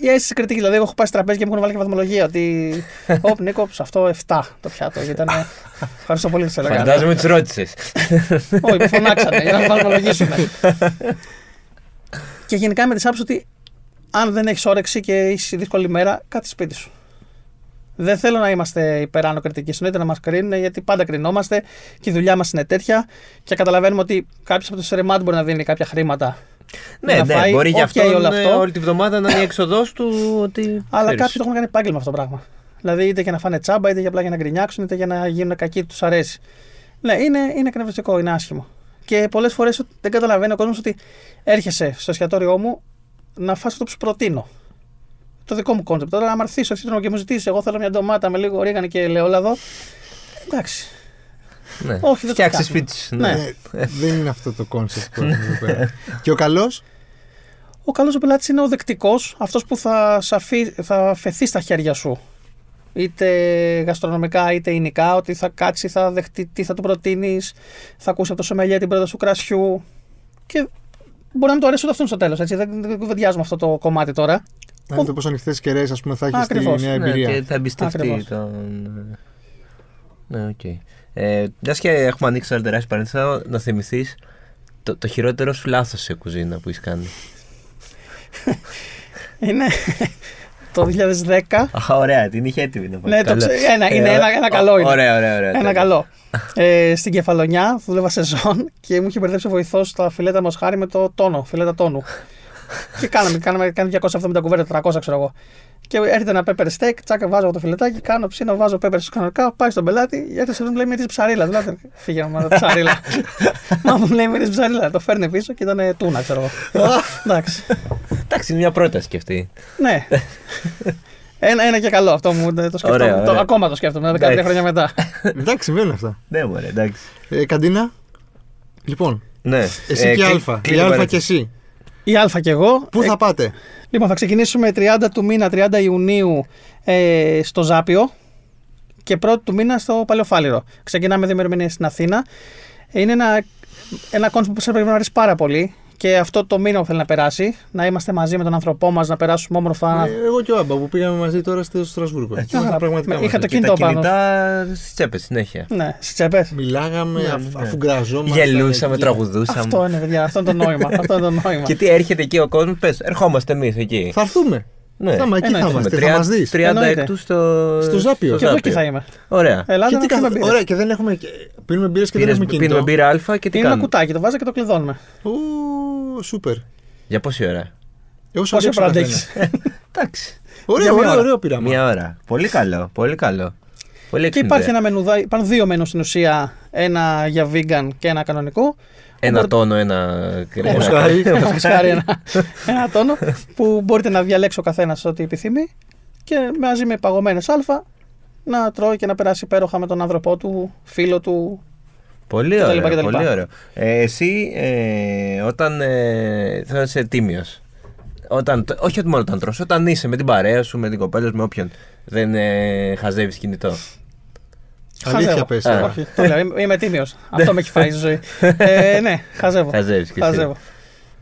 Speaker 3: Η αίσθηση κριτική, δηλαδή, εγώ έχω πάει σε τραπέζι και μου έχουν βάλει και βαθμολογία ότι. Όπ, Νίκο, σε αυτό 7 το πιάτο. γιατί Ήταν... Ευχαριστώ πολύ, σε έλεγα.
Speaker 2: Φαντάζομαι τι ρώτησες.
Speaker 3: Όχι, με φωνάξανε για να με βαθμολογήσουν. και γενικά με τη άποψη ότι αν δεν έχεις όρεξη και είσαι δύσκολη μέρα, κάτσε σπίτι σου. Δεν θέλω να είμαστε υπεράνω κριτικοί. Συνέτε να μας κρίνουν, γιατί πάντα κρινόμαστε και η δουλειά μας είναι τέτοια. Και καταλαβαίνουμε ότι κάποιος από το σερεμάτ μπορεί να δίνει κάποια χρήματα.
Speaker 2: ναι,
Speaker 3: να
Speaker 2: ναι,
Speaker 3: φάει,
Speaker 2: μπορεί γι'
Speaker 3: οκ,
Speaker 2: αυτό,
Speaker 3: όλο αυτό.
Speaker 2: όλη τη βδομάδα να είναι η έξοδο του. Ότι,
Speaker 3: Αλλά
Speaker 2: ξέρεις.
Speaker 3: κάποιοι το έχουν κάνει επάγγελμα αυτό το πράγμα. Δηλαδή είτε για να φάνε τσάμπα, είτε για απλά για να γκρινιάξουν, είτε για να γίνουν κακοί που τους αρέσει. Ναι, είναι, είναι εκνευριστικό, είναι άσχημο. Και πολλές φορές δεν καταλαβαίνει ο κόσμος ότι έρχεσαι στο εστιατόριό μου να φας αυτό που σου προτείνω. Το δικό μου κόντρεπ. Τώρα, άμα έρθεις στο εστιατόριο και μου ζητήσεις, εγώ θέλω μια ντομάτα με λίγο ρίγανη και ελαιόλαδο. Εντάξει.
Speaker 2: Ναι.
Speaker 3: Όχι, δεν το
Speaker 2: Φτιάξε
Speaker 3: φτιάχνω.
Speaker 2: σπίτι. σου,
Speaker 3: Ναι.
Speaker 2: Ναι.
Speaker 1: Ε, δεν είναι αυτό το κόνσεπτ που έχουμε εδώ πέρα. και ο καλός.
Speaker 3: Ο καλός ο πελάτης είναι ο δεκτικός, αυτός που θα, σ' αφή- θα φεθεί στα χέρια σου. Είτε γαστρονομικά είτε ηνικά, ότι θα κάτσει, θα δεχτεί τι θα του προτείνεις, θα ακούσει από το σομελιέ την πρόταση του κρασιού. Και μπορεί να μην του αρέσει ούτε αυτόν στο τέλος. Δεν, δεν κουβεντιάζουμε αυτό το κομμάτι τώρα.
Speaker 1: Να δείτε πόσο ανοιχτές κεραίε θα έχει τη
Speaker 3: Ακριβώς.
Speaker 1: νέα
Speaker 2: Ναι,
Speaker 1: εμπειρία.
Speaker 2: και θα εμπιστευτεί
Speaker 3: Ακριβώς.
Speaker 2: τον. Ναι, οκ. Ε, Μιας και έχουμε ανοίξει ένα τεράστιο παρένθεση, θέλω να θυμηθείς το, το χειρότερο σου λάθος σε κουζίνα που έχεις κάνει.
Speaker 3: Είναι το 2010.
Speaker 2: Α, ωραία, την είχε έτοιμη να πάει.
Speaker 3: Ναι, το
Speaker 2: Καλό.
Speaker 3: ξέ- ένα- είναι
Speaker 2: Ε,
Speaker 3: ένα- ένα καλό είναι.
Speaker 2: Ωραία, ωραία, ωραία.
Speaker 3: Ένα
Speaker 2: τέλεια.
Speaker 3: καλό. Ε, στην κεφαλονιά δούλευα σεζόν και μου είχε μπερδέψει ο βοηθός τα φιλέτα μοσχάρι με το τόνο, φιλέτα τόνου. και κάναμε, κάναμε, κάναμε 270 κουβέρτα, 400 ξέρω εγώ. Και έρχεται ένα pepper steak, τσάκα βάζω το φιλετάκι, κάνω ψήνω, βάζω pepper steak κανονικά, πάει στον πελάτη, έρχεται σε μου λέει μυρίζεις ψαρίλα. Δηλαδή, φύγε μου με ψαρίλα. Μα μου λέει μυρίζεις ψαρίλα, το φέρνει πίσω και ήταν ε, τούνα, ξέρω εγώ. Εντάξει.
Speaker 2: Εντάξει, είναι μια πρόταση και αυτή.
Speaker 3: Ναι. Ένα, ένα και καλό αυτό μου το σκεφτόμουν.
Speaker 2: Ωραία,
Speaker 3: Το,
Speaker 2: ωραία.
Speaker 3: ακόμα το σκέφτομαι, 13
Speaker 2: Εντάξει.
Speaker 3: χρόνια μετά.
Speaker 1: Εντάξει, συμβαίνουν αυτά.
Speaker 2: Ναι, μωρέ, εντάξει.
Speaker 1: Ε, καντίνα. Λοιπόν,
Speaker 2: Ναι.
Speaker 1: εσύ
Speaker 2: Ε,
Speaker 1: και
Speaker 2: κλει-
Speaker 1: Α.
Speaker 2: κλείνει
Speaker 1: Η Α
Speaker 2: παρένθεση.
Speaker 1: και εσύ.
Speaker 3: Η Α και εγώ.
Speaker 1: Πού
Speaker 3: ε,
Speaker 1: θα πάτε.
Speaker 3: Λοιπόν, θα ξεκινήσουμε 30 του μήνα, 30 Ιουνίου ε, στο Ζάπιο και 1 του μήνα στο Παλαιοφάλιρο. Ξεκινάμε δύο ημερομηνίες στην Αθήνα. Είναι ένα, ένα κόνσεπτ που σα πρέπει να αρέσει πάρα πολύ και αυτό το μήνα που θέλει να περάσει. Να είμαστε μαζί με τον άνθρωπό μας, να περάσουμε όμορφα.
Speaker 1: Ε, Εγώ και ο Άμπα που πήγαμε μαζί τώρα στο Στρασβούργο.
Speaker 2: Ε,
Speaker 1: Και ήμασταν
Speaker 3: καλά.
Speaker 1: πραγματικά
Speaker 3: Με-
Speaker 1: μαζί.
Speaker 3: είχα το
Speaker 2: Και
Speaker 3: κινητό
Speaker 2: τα
Speaker 3: πάνω.
Speaker 2: κινητά στις τσέπες συνέχεια.
Speaker 3: Ναι, στις τσέπες.
Speaker 1: Μιλάγαμε, αφ-
Speaker 2: ναι.
Speaker 1: αφού γκραζόμαστε.
Speaker 2: Γελούσαμε, τραγουδούσαμε.
Speaker 3: Αυτό είναι, παιδιά, αυτό είναι το νόημα. αυτό είναι το νόημα.
Speaker 2: Και τι έρχεται εκεί ο κόσμος, πες, ερχόμαστε εμείς εκεί.
Speaker 1: Θα έρθουμε.
Speaker 2: Ναι.
Speaker 1: Θα μα εκεί
Speaker 3: Εννοείται.
Speaker 1: θα είμαστε. Θα
Speaker 2: Τρία-
Speaker 1: μας δεις.
Speaker 2: 30
Speaker 3: Εννοείται.
Speaker 2: εκτού στο.
Speaker 1: Στο Ζάπιο.
Speaker 3: Και εγώ εκεί θα είμαι.
Speaker 2: Ωραία.
Speaker 3: Ελάτε
Speaker 1: Και τι
Speaker 3: να πιούμε
Speaker 1: καθ-
Speaker 3: μπύρες.
Speaker 1: Ωραία, και δεν έχουμε. και- Πίνουμε μπύρες και δεν
Speaker 2: Πίνες-
Speaker 1: έχουμε
Speaker 2: Πίνουμε
Speaker 1: κινητό.
Speaker 2: μπύρα Α και τι
Speaker 3: Είναι ένα
Speaker 2: κάνουμε.
Speaker 3: κουτάκι, το βάζω και το κλειδώνουμε.
Speaker 1: Ου, Σούπερ.
Speaker 2: Για πόση ώρα.
Speaker 1: Ε, όσο
Speaker 3: Πόσο
Speaker 1: αντέξει ο καθένας.
Speaker 3: παραντέχει.
Speaker 2: Εντάξει.
Speaker 1: Ωραίο,
Speaker 3: Για μία
Speaker 1: ωραίο,
Speaker 3: ώρα.
Speaker 1: ωραίο πείραμα.
Speaker 2: Μία ώρα. Πολύ καλό. Πολύ καλό. Πολύ
Speaker 3: Και
Speaker 2: εξυπηρετή.
Speaker 3: υπάρχει ένα μενουδά, υπάρχουν δύο μενούς στην ουσία, ένα για vegan και ένα κανονικό.
Speaker 2: Ένα
Speaker 3: Μπορείτε-
Speaker 2: τόνο, ένα
Speaker 1: Όπως
Speaker 2: κρέα.
Speaker 1: χάρη.
Speaker 3: Ένα φουσκάρι, ένα, ένα τόνο που μπορείτε να διαλέξει ο καθένας ό,τι επιθυμεί και μαζί με παγωμένες Α να τρώει και να περάσει υπέροχα με τον άνθρωπό του, φίλο του.
Speaker 2: Πολύ
Speaker 3: Και τα
Speaker 2: ωραίο.
Speaker 3: λοιπά, και τα λοιπά.
Speaker 2: Πολύ ωραίο. Ε, εσύ, ε, όταν. Ε, θα είσαι τίμιος. Όταν, όχι μόνο όταν τρως, όταν είσαι με την παρέα σου, με την κοπέλα σου, με όποιον δεν ε, χαζεύεις κινητό.
Speaker 1: Αλήθεια πες.
Speaker 2: Ε.
Speaker 1: τώρα.
Speaker 3: Όχι, το λέω, είμαι- είμαι τίμιος. Αυτό με έχει φάει στη ζωή. Ε, ναι, χαζεύω.
Speaker 2: Χαζεύεις και εσύ.
Speaker 3: Χαζεύω.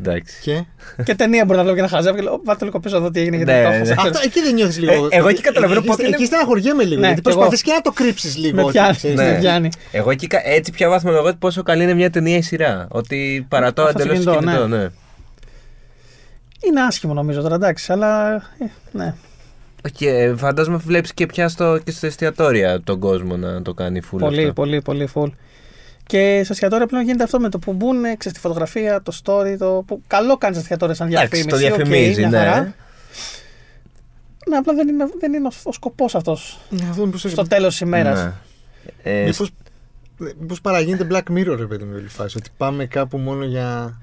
Speaker 2: Εντάξει.
Speaker 1: Και.
Speaker 3: Και ταινία μπορεί να βλέπω και να χαζεύω. Και λέω, βάλτε λίγο πίσω εδώ τι έγινε. Γιατί
Speaker 2: Ναι,
Speaker 3: το
Speaker 2: ναι.
Speaker 3: έχω χαζέψει».
Speaker 1: Αυτό εκεί δεν νιώθεις λίγο.
Speaker 2: Ε, εγώ εκεί καταλαβαίνω
Speaker 1: Εκεί-
Speaker 2: πότε
Speaker 1: Εκεί,
Speaker 2: είναι-
Speaker 1: εκεί στεναχωριέμαι λίγο.
Speaker 3: Ναι,
Speaker 1: γιατί
Speaker 3: κι εγώ.
Speaker 1: προσπαθεί και να το κρύψεις λίγο.
Speaker 3: Με
Speaker 1: ότι
Speaker 3: πιάνει,
Speaker 1: ξέρεις,
Speaker 3: με
Speaker 1: ναι.
Speaker 3: πιάνει.
Speaker 2: Εγώ εκεί, κα- έτσι πιαβάθμω εγώ πόσο καλή είναι μια ταινία η σειρά. Ότι παρατώ
Speaker 3: Αυτό
Speaker 2: εντελώ το
Speaker 3: το κινητό,
Speaker 2: κινητό. Ναι.
Speaker 3: Είναι άσχημο νομίζω τώρα, εντάξει, αλλά. ε, Ναι.
Speaker 2: Και φαντάζομαι βλέπεις και πια στο, και στα εστιατόρια τον κόσμο να το κάνει full.
Speaker 3: Πολύ,
Speaker 2: αυτό.
Speaker 3: πολύ, πολύ full. Και σε εστιατόρια πλέον γίνεται αυτό με το που μπουν, ξέρεις τη φωτογραφία, το story, το. Που καλό κάνεις εστιατόρια σαν
Speaker 2: Εντάξει,
Speaker 3: διαφήμιση.
Speaker 2: το
Speaker 3: οκ,
Speaker 2: διαφημίζει,
Speaker 3: μια
Speaker 2: ναι.
Speaker 3: χαρά. Ναι, απλά δεν είναι, δεν είναι ο, ο σκοπός αυτός
Speaker 1: Ναι, αυτό μήπως-
Speaker 3: στο τέλος της ημέρας.
Speaker 2: Ναι. Ε,
Speaker 1: μήπως- ε, Μήπως παραγίνεται Black Mirror, ρε παιδί μου, η όλη φάση. Ότι πάμε κάπου μόνο για.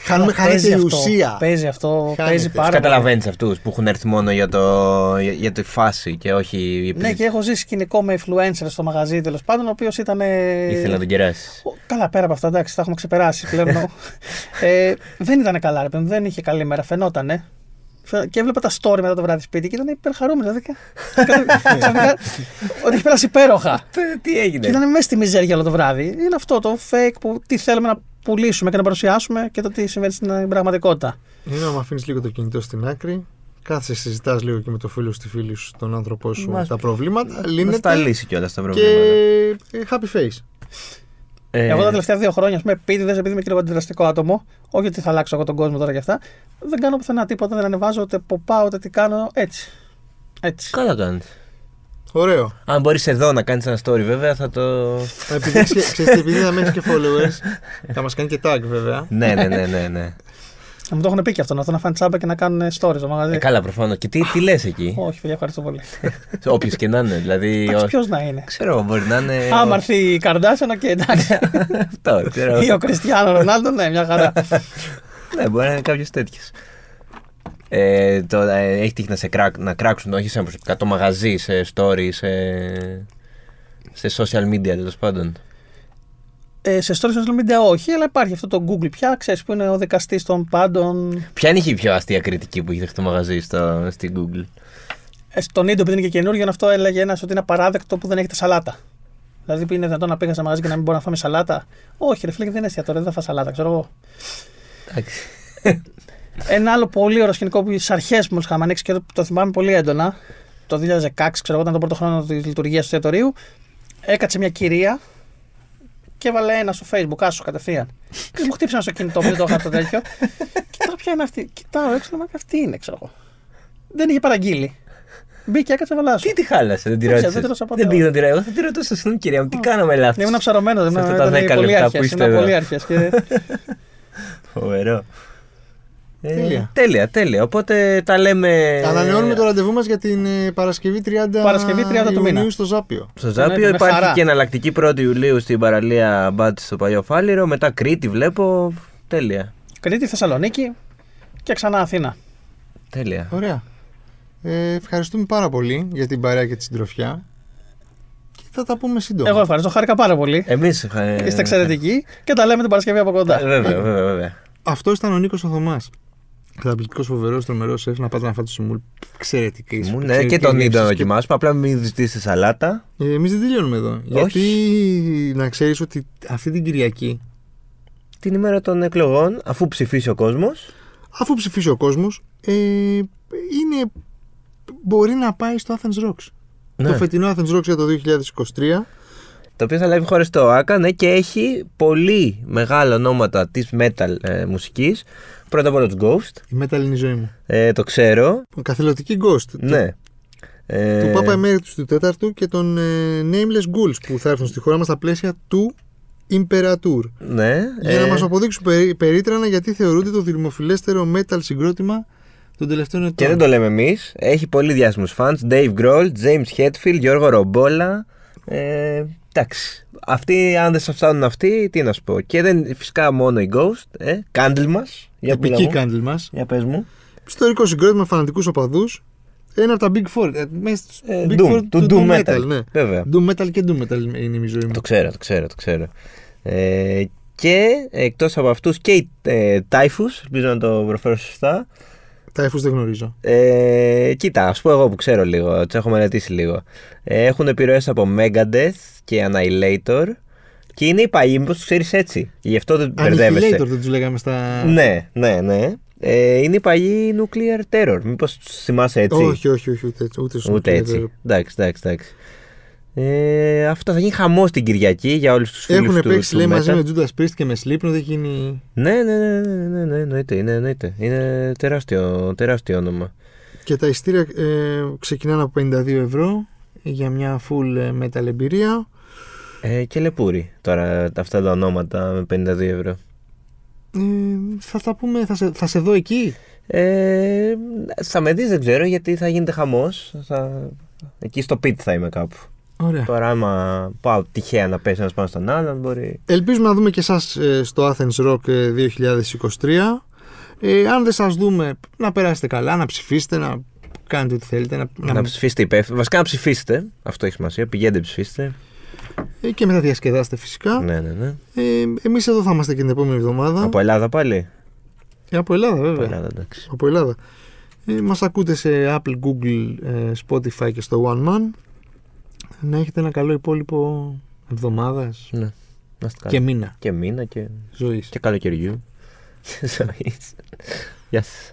Speaker 1: Χάνουμε,
Speaker 3: Αλλά παίζει
Speaker 1: χάνεται η
Speaker 3: αυτό.
Speaker 1: ουσία.
Speaker 3: Παίζει αυτό,
Speaker 1: Χάνεται.
Speaker 3: παίζει πάρα πολύ.
Speaker 2: Καταλαβαίνει αυτούς που έχουν έρθει μόνο για, το, για, για τη φάση και όχι. επειδή
Speaker 3: Ναι, και έχω ζήσει σκηνικό με influencer στο μαγαζί τέλος πάντων, ο οποίος ήταν. ε,
Speaker 2: Ήθελε να τον κεράσει.
Speaker 3: Ο- Καλά, πέρα από αυτά, εντάξει, τα έχουμε ξεπεράσει πλέον. ο- ε, δεν ήταν καλά, ρε παιδί μου, δεν είχε καλή μέρα, φαινότανε. Φε- Και έβλεπα τα story μετά το βράδυ σπίτι και ήταν υπερχαρούμενος. Δηλαδή, ξαφνικά, ότι έχει περάσει υπέροχα.
Speaker 2: Ναι. Τι έγινε.
Speaker 3: Και ήταν μέσα στη μιζέρια όλο το βράδυ. Είναι αυτό το fake που τι θέλουμε να πουλήσουμε και να παρουσιάσουμε και το τι συμβαίνει στην ε, πραγματικότητα.
Speaker 1: Είναι να μου αφήνεις λίγο το κινητό στην άκρη. Κάθεσαι, συζητάς λίγο και με το φίλο σου, τη φίλη σου, τον άνθρωπό σου
Speaker 2: Μας-
Speaker 1: τα προβλήματα.
Speaker 2: Να τα
Speaker 1: Λύνεται.
Speaker 2: λύσει κιόλας τα
Speaker 1: Και
Speaker 2: προβλήματα.
Speaker 1: ε, happy face.
Speaker 2: Ε,
Speaker 3: Εγώ τα τελευταία δύο χρόνια, ας πούμε, επίτηδε, επειδή είμαι και λίγο αντιδραστικό άτομο, όχι ότι θα αλλάξω εγώ τον κόσμο τώρα και αυτά, δεν κάνω πουθενά τίποτα, δεν ανεβάζω ούτε ποπάω, ούτε τι κάνω. Έτσι. Έτσι.
Speaker 2: Καλά κάνεις.
Speaker 1: Ωραίο.
Speaker 2: Αν μπορείς εδώ να κάνεις ένα story, βέβαια θα το.
Speaker 1: Επειδή, έχεις και- ξέρεις τι, επειδή θα με έχεις και followers, θα μας κάνει και tag βέβαια.
Speaker 2: ναι, ναι, ναι, ναι. ναι.
Speaker 3: Να μου το έχουν πει και αυτό, να έρθω να φάνε τσάμπα και να κάνουν stories στο μαγαζί.
Speaker 2: Ε, καλά, προφανώς. Και τι, τι λες εκεί.
Speaker 3: Όχι, παιδιά, ευχαριστώ πολύ.
Speaker 2: Όποιο και να είναι. Δηλαδή. ο-
Speaker 3: Ποιος να είναι.
Speaker 2: Ξέρω, εγώ, μπορεί να είναι.
Speaker 3: Άμα έρθει η Καρδάσιανα και εντάξει.
Speaker 2: Αυτό. Ξέρω.
Speaker 3: Ή ο Κριστιανό Ρονάλντο, ναι, μια χαρά.
Speaker 2: Ναι, μπορεί να είναι κάποιος τέτοιος. Ε, το, ε, έχει τύχει να, σε κράκ, να κράξουν, όχι σε προσωπικά, το μαγαζί, σε story, σε, σε social media τέλος πάντων.
Speaker 3: Ε, σε stories social media όχι, αλλά υπάρχει αυτό το Google πια, ξέρεις που είναι ο δικαστής των πάντων.
Speaker 2: Ποια είναι η πιο αστεία κριτική που έχει δεχτεί το μαγαζί στο, στη Google.
Speaker 3: Ε, Στον ίντο, επειδή είναι και καινούριο, αυτό έλεγε ένας ότι είναι απαράδεκτο που δεν έχετε σαλάτα. Δηλαδή, που είναι δυνατόν να πήγα σε μαγαζί και να μην μπορώ να φάμε σαλάτα. Όχι, ρε φίλε, δεν είναι εστιατόριο, δεν θα φάω σαλάτα, ξέρω εγώ.
Speaker 2: Εντάξει.
Speaker 3: Ένα άλλο πολύ ωραίο σκηνικό που στι αρχές που είχαμε ανοίξει και το θυμάμαι πολύ έντονα. Το 2016, ξέρω εγώ, ήταν το πρώτο χρόνο της λειτουργίας του εστιατορίου. Έκατσε μια κυρία και έβαλε ένα στο Facebook, άσο κατευθείαν. Και μου χτύπησε ένα στο κινητό, που δεν το είχα το τέτοιο. και τώρα ποια είναι αυτή. Κοιτάω έξω, λέω, «Μα αυτή είναι, ξέρω εγώ. Δεν είχε παραγγείλει. Μπήκε, έκατσε, έβαλε άσο.
Speaker 2: Τι τη χάλασε, δεν τη
Speaker 3: Δεν
Speaker 2: ρώτησε.
Speaker 3: ξέρω, δεν τη ρώτησα ποτέ.
Speaker 2: Δεν πήγε να τη ρώτησε. Εγώ θα τη ρωτούσα, συγγνώμη κυρία μου, τι κάναμε λάθος.
Speaker 3: Ναι, Ήμουν ψαρωμένος, δεν
Speaker 2: Σε αυτά
Speaker 3: ήμουν
Speaker 2: τα
Speaker 3: ήταν
Speaker 2: 10
Speaker 3: πολύ
Speaker 2: λεπτά που
Speaker 3: αρχές.
Speaker 2: είστε
Speaker 3: Ήμουν
Speaker 2: εδώ.
Speaker 3: πολύ αρχές. Και...
Speaker 2: Φοβερό. Ε,
Speaker 1: Τέλεια.
Speaker 2: τέλεια, τέλεια. Οπότε τα λέμε.
Speaker 1: Ανανεώνουμε το ραντεβού μας για την ε, Παρασκευή 30,
Speaker 3: Παρασκευή 30 του
Speaker 1: Ιουνίου
Speaker 3: μήνα.
Speaker 1: στο Ζάπιο.
Speaker 2: Στο
Speaker 3: Ναι,
Speaker 2: Ζάπιο
Speaker 3: με
Speaker 2: υπάρχει
Speaker 3: χαρά.
Speaker 2: και εναλλακτική 1η Ιουλίου στην παραλία Μπάτ στο Παλιό Φάληρο. Μετά Κρήτη βλέπω. Τέλεια.
Speaker 3: Κρήτη, Θεσσαλονίκη και ξανά Αθήνα.
Speaker 2: Τέλεια.
Speaker 1: Ωραία. Ε, ευχαριστούμε πάρα πολύ για την παρέα και τη συντροφιά. Και θα τα πούμε σύντομα.
Speaker 3: Εγώ ευχαριστώ, χάρηκα πάρα πολύ.
Speaker 2: Εμείς.
Speaker 3: Είστε εξαιρετικοί και τα λέμε την Παρασκευή από κοντά.
Speaker 2: ε, Βέβαια, βέβαια, βέβαια.
Speaker 1: Αυτό ήταν ο Νίκος ο Θωμάς. Καταπληκτικό, φοβερός, τρομερός σεφ να πάτε να φάτε σιμούλ. Εξαιρετική.
Speaker 2: Μου, ναι, και τον ίδιο να δοκιμάσουμε. Απλά μην ζητήσεις σαλάτα.
Speaker 1: Εμεί Ε, δεν τελειώνουμε εδώ. Γιατί να ξέρεις ότι αυτή την Κυριακή,
Speaker 2: Την ημέρα των εκλογών, αφού ψηφίσει ο κόσμος.
Speaker 1: αφού ψηφίσει ο κόσμος, ε, είναι, μπορεί να πάει στο Athens Rocks.
Speaker 2: Ναι.
Speaker 1: Το φετινό Athens Rocks για το 2023.
Speaker 2: Το οποίο θα λάβει χώρα στο ΑΚΑ ναι, και έχει πολύ μεγάλα ονόματα της metal ε, μουσικής. Πρώτα απ' όλα τους Ghost.
Speaker 1: Η metal είναι η ζωή μου.
Speaker 2: Ε, το ξέρω.
Speaker 1: Καθελωτική Ghost. του-
Speaker 2: Ναι. Ε,
Speaker 1: Του Πάπα Emeritus του τέταρτου και των ε, Nameless Ghouls που θα έρθουν στη χώρα μας στα πλαίσια του Imperatur.
Speaker 2: Ναι.
Speaker 1: Για να
Speaker 2: ε,
Speaker 1: μας αποδείξουν περί, περίτρανα γιατί θεωρούνται το δημοφιλέστερο metal συγκρότημα των τελευταίων ετών.
Speaker 2: Και δεν το λέμε εμείς. Έχει πολύ διάσημους φαν. Dave Grohl, James Hetfield, Γιώργο Ρομπόλα. Ε, εντάξει. Αυτοί, αν δεν σας φτάνουν αυτοί, τι να σου πω. Και δεν φυσικά μόνο η Ghost. Ε, Candle μας. Για πες
Speaker 1: Επική
Speaker 2: μου.
Speaker 1: κάντλ μας.
Speaker 2: Για πες μου.
Speaker 1: Ιστορικό συγκρότημα φανατικούς οπαδούς. Ένα από τα Big Four. ε, μέσα στους
Speaker 2: Ε,
Speaker 1: Big
Speaker 2: Doom,
Speaker 1: Four
Speaker 2: του Doom Metal,
Speaker 1: ναι.
Speaker 2: βέβαια.
Speaker 1: Doom Metal και Doom Metal είναι η ζωή μου.
Speaker 2: Το ξέρω, το ξέρω, το ξέρω. Ε, και εκτός από αυτούς και οι ε, Typhus, ελπίζω να το προφέρω σωστά.
Speaker 1: Τα εφούς δεν γνωρίζω.
Speaker 2: Ε, κοίτα, ας πω εγώ που ξέρω λίγο, τους έχω μελετήσει λίγο. Ε, έχουν επιρροές από Megadeth και Annihilator και είναι οι παλιοί, μήπω του ξέρεις έτσι. Γι' αυτό δεν μπερδεύεσαι.
Speaker 1: Annihilator δεν τους λέγαμε στα...
Speaker 2: Ναι, ναι, ναι. Ε, είναι οι παλιοί Nuclear Terror. Μήπως τους θυμάσαι έτσι.
Speaker 1: Όχι, όχι, όχι, ούτε έτσι. Ούτε, στους
Speaker 2: Ούτε έτσι. Εντάξει, εντάξει, εντάξει. Ε, αυτό θα γίνει χαμό την Κυριακή για όλους τους φίλους του.
Speaker 1: Έχουν παίξει,
Speaker 2: του
Speaker 1: λέει,
Speaker 2: metal.
Speaker 1: μαζί με Judas Priest και με Slipknot, έχει γίνει
Speaker 2: Ναι, ναι, ναι, ναι, ναι, ναι, εννοείται, είναι, εννοείται. Είναι τεράστιο, τεράστιο όνομα.
Speaker 1: Και τα ειστήρια ε, ξεκινάνε από 52 ευρώ για μια full ε, metal εμπειρία.
Speaker 2: Ε, και λεπούρι τώρα αυτά τα ονόματα με 52 ευρώ.
Speaker 1: Ε, θα τα πούμε, θα σε, θα σε δω εκεί.
Speaker 2: Ε, θα με δεις δεν ξέρω γιατί θα γίνεται χαμός θα... Εκεί στο πιτ θα είμαι κάπου
Speaker 1: Ωραία.
Speaker 2: Τώρα, άμα πάω τυχαία να πέσει ένας πάνω στον άλλον, μπορεί.
Speaker 1: Ελπίζουμε να δούμε και εσάς ε, στο Athens Rock ε, 2023. Ε, αν δεν σας δούμε, να περάσετε καλά, να ψηφίσετε, να κάνετε ό,τι θέλετε. Να, να-
Speaker 2: Να ψηφίσετε υπεύθυνο. Βασικά να ψηφίσετε. Αυτό έχει σημασία. Πηγαίνετε, ψηφίστε.
Speaker 1: ε, και μετά διασκεδάστε φυσικά.
Speaker 2: Ναι, ναι, ναι.
Speaker 1: Ε, εμείς εδώ θα είμαστε και την επόμενη εβδομάδα.
Speaker 2: Από Ελλάδα πάλι.
Speaker 1: Ε, από Ελλάδα
Speaker 2: Από
Speaker 1: βέβαια.
Speaker 2: Ελλάδα, εντάξει.
Speaker 1: Από Ελλάδα. Ε, μας ακούτε σε Apple, Google, ε, Spotify και στο One Man. Να έχετε ένα καλό υπόλοιπο εβδομάδας
Speaker 2: Ναι. Να είστε καλά.
Speaker 1: και μήνα
Speaker 2: και μήνα και,
Speaker 1: ζωής.
Speaker 2: και καλοκαιριού. Ζωής. Γεια σας.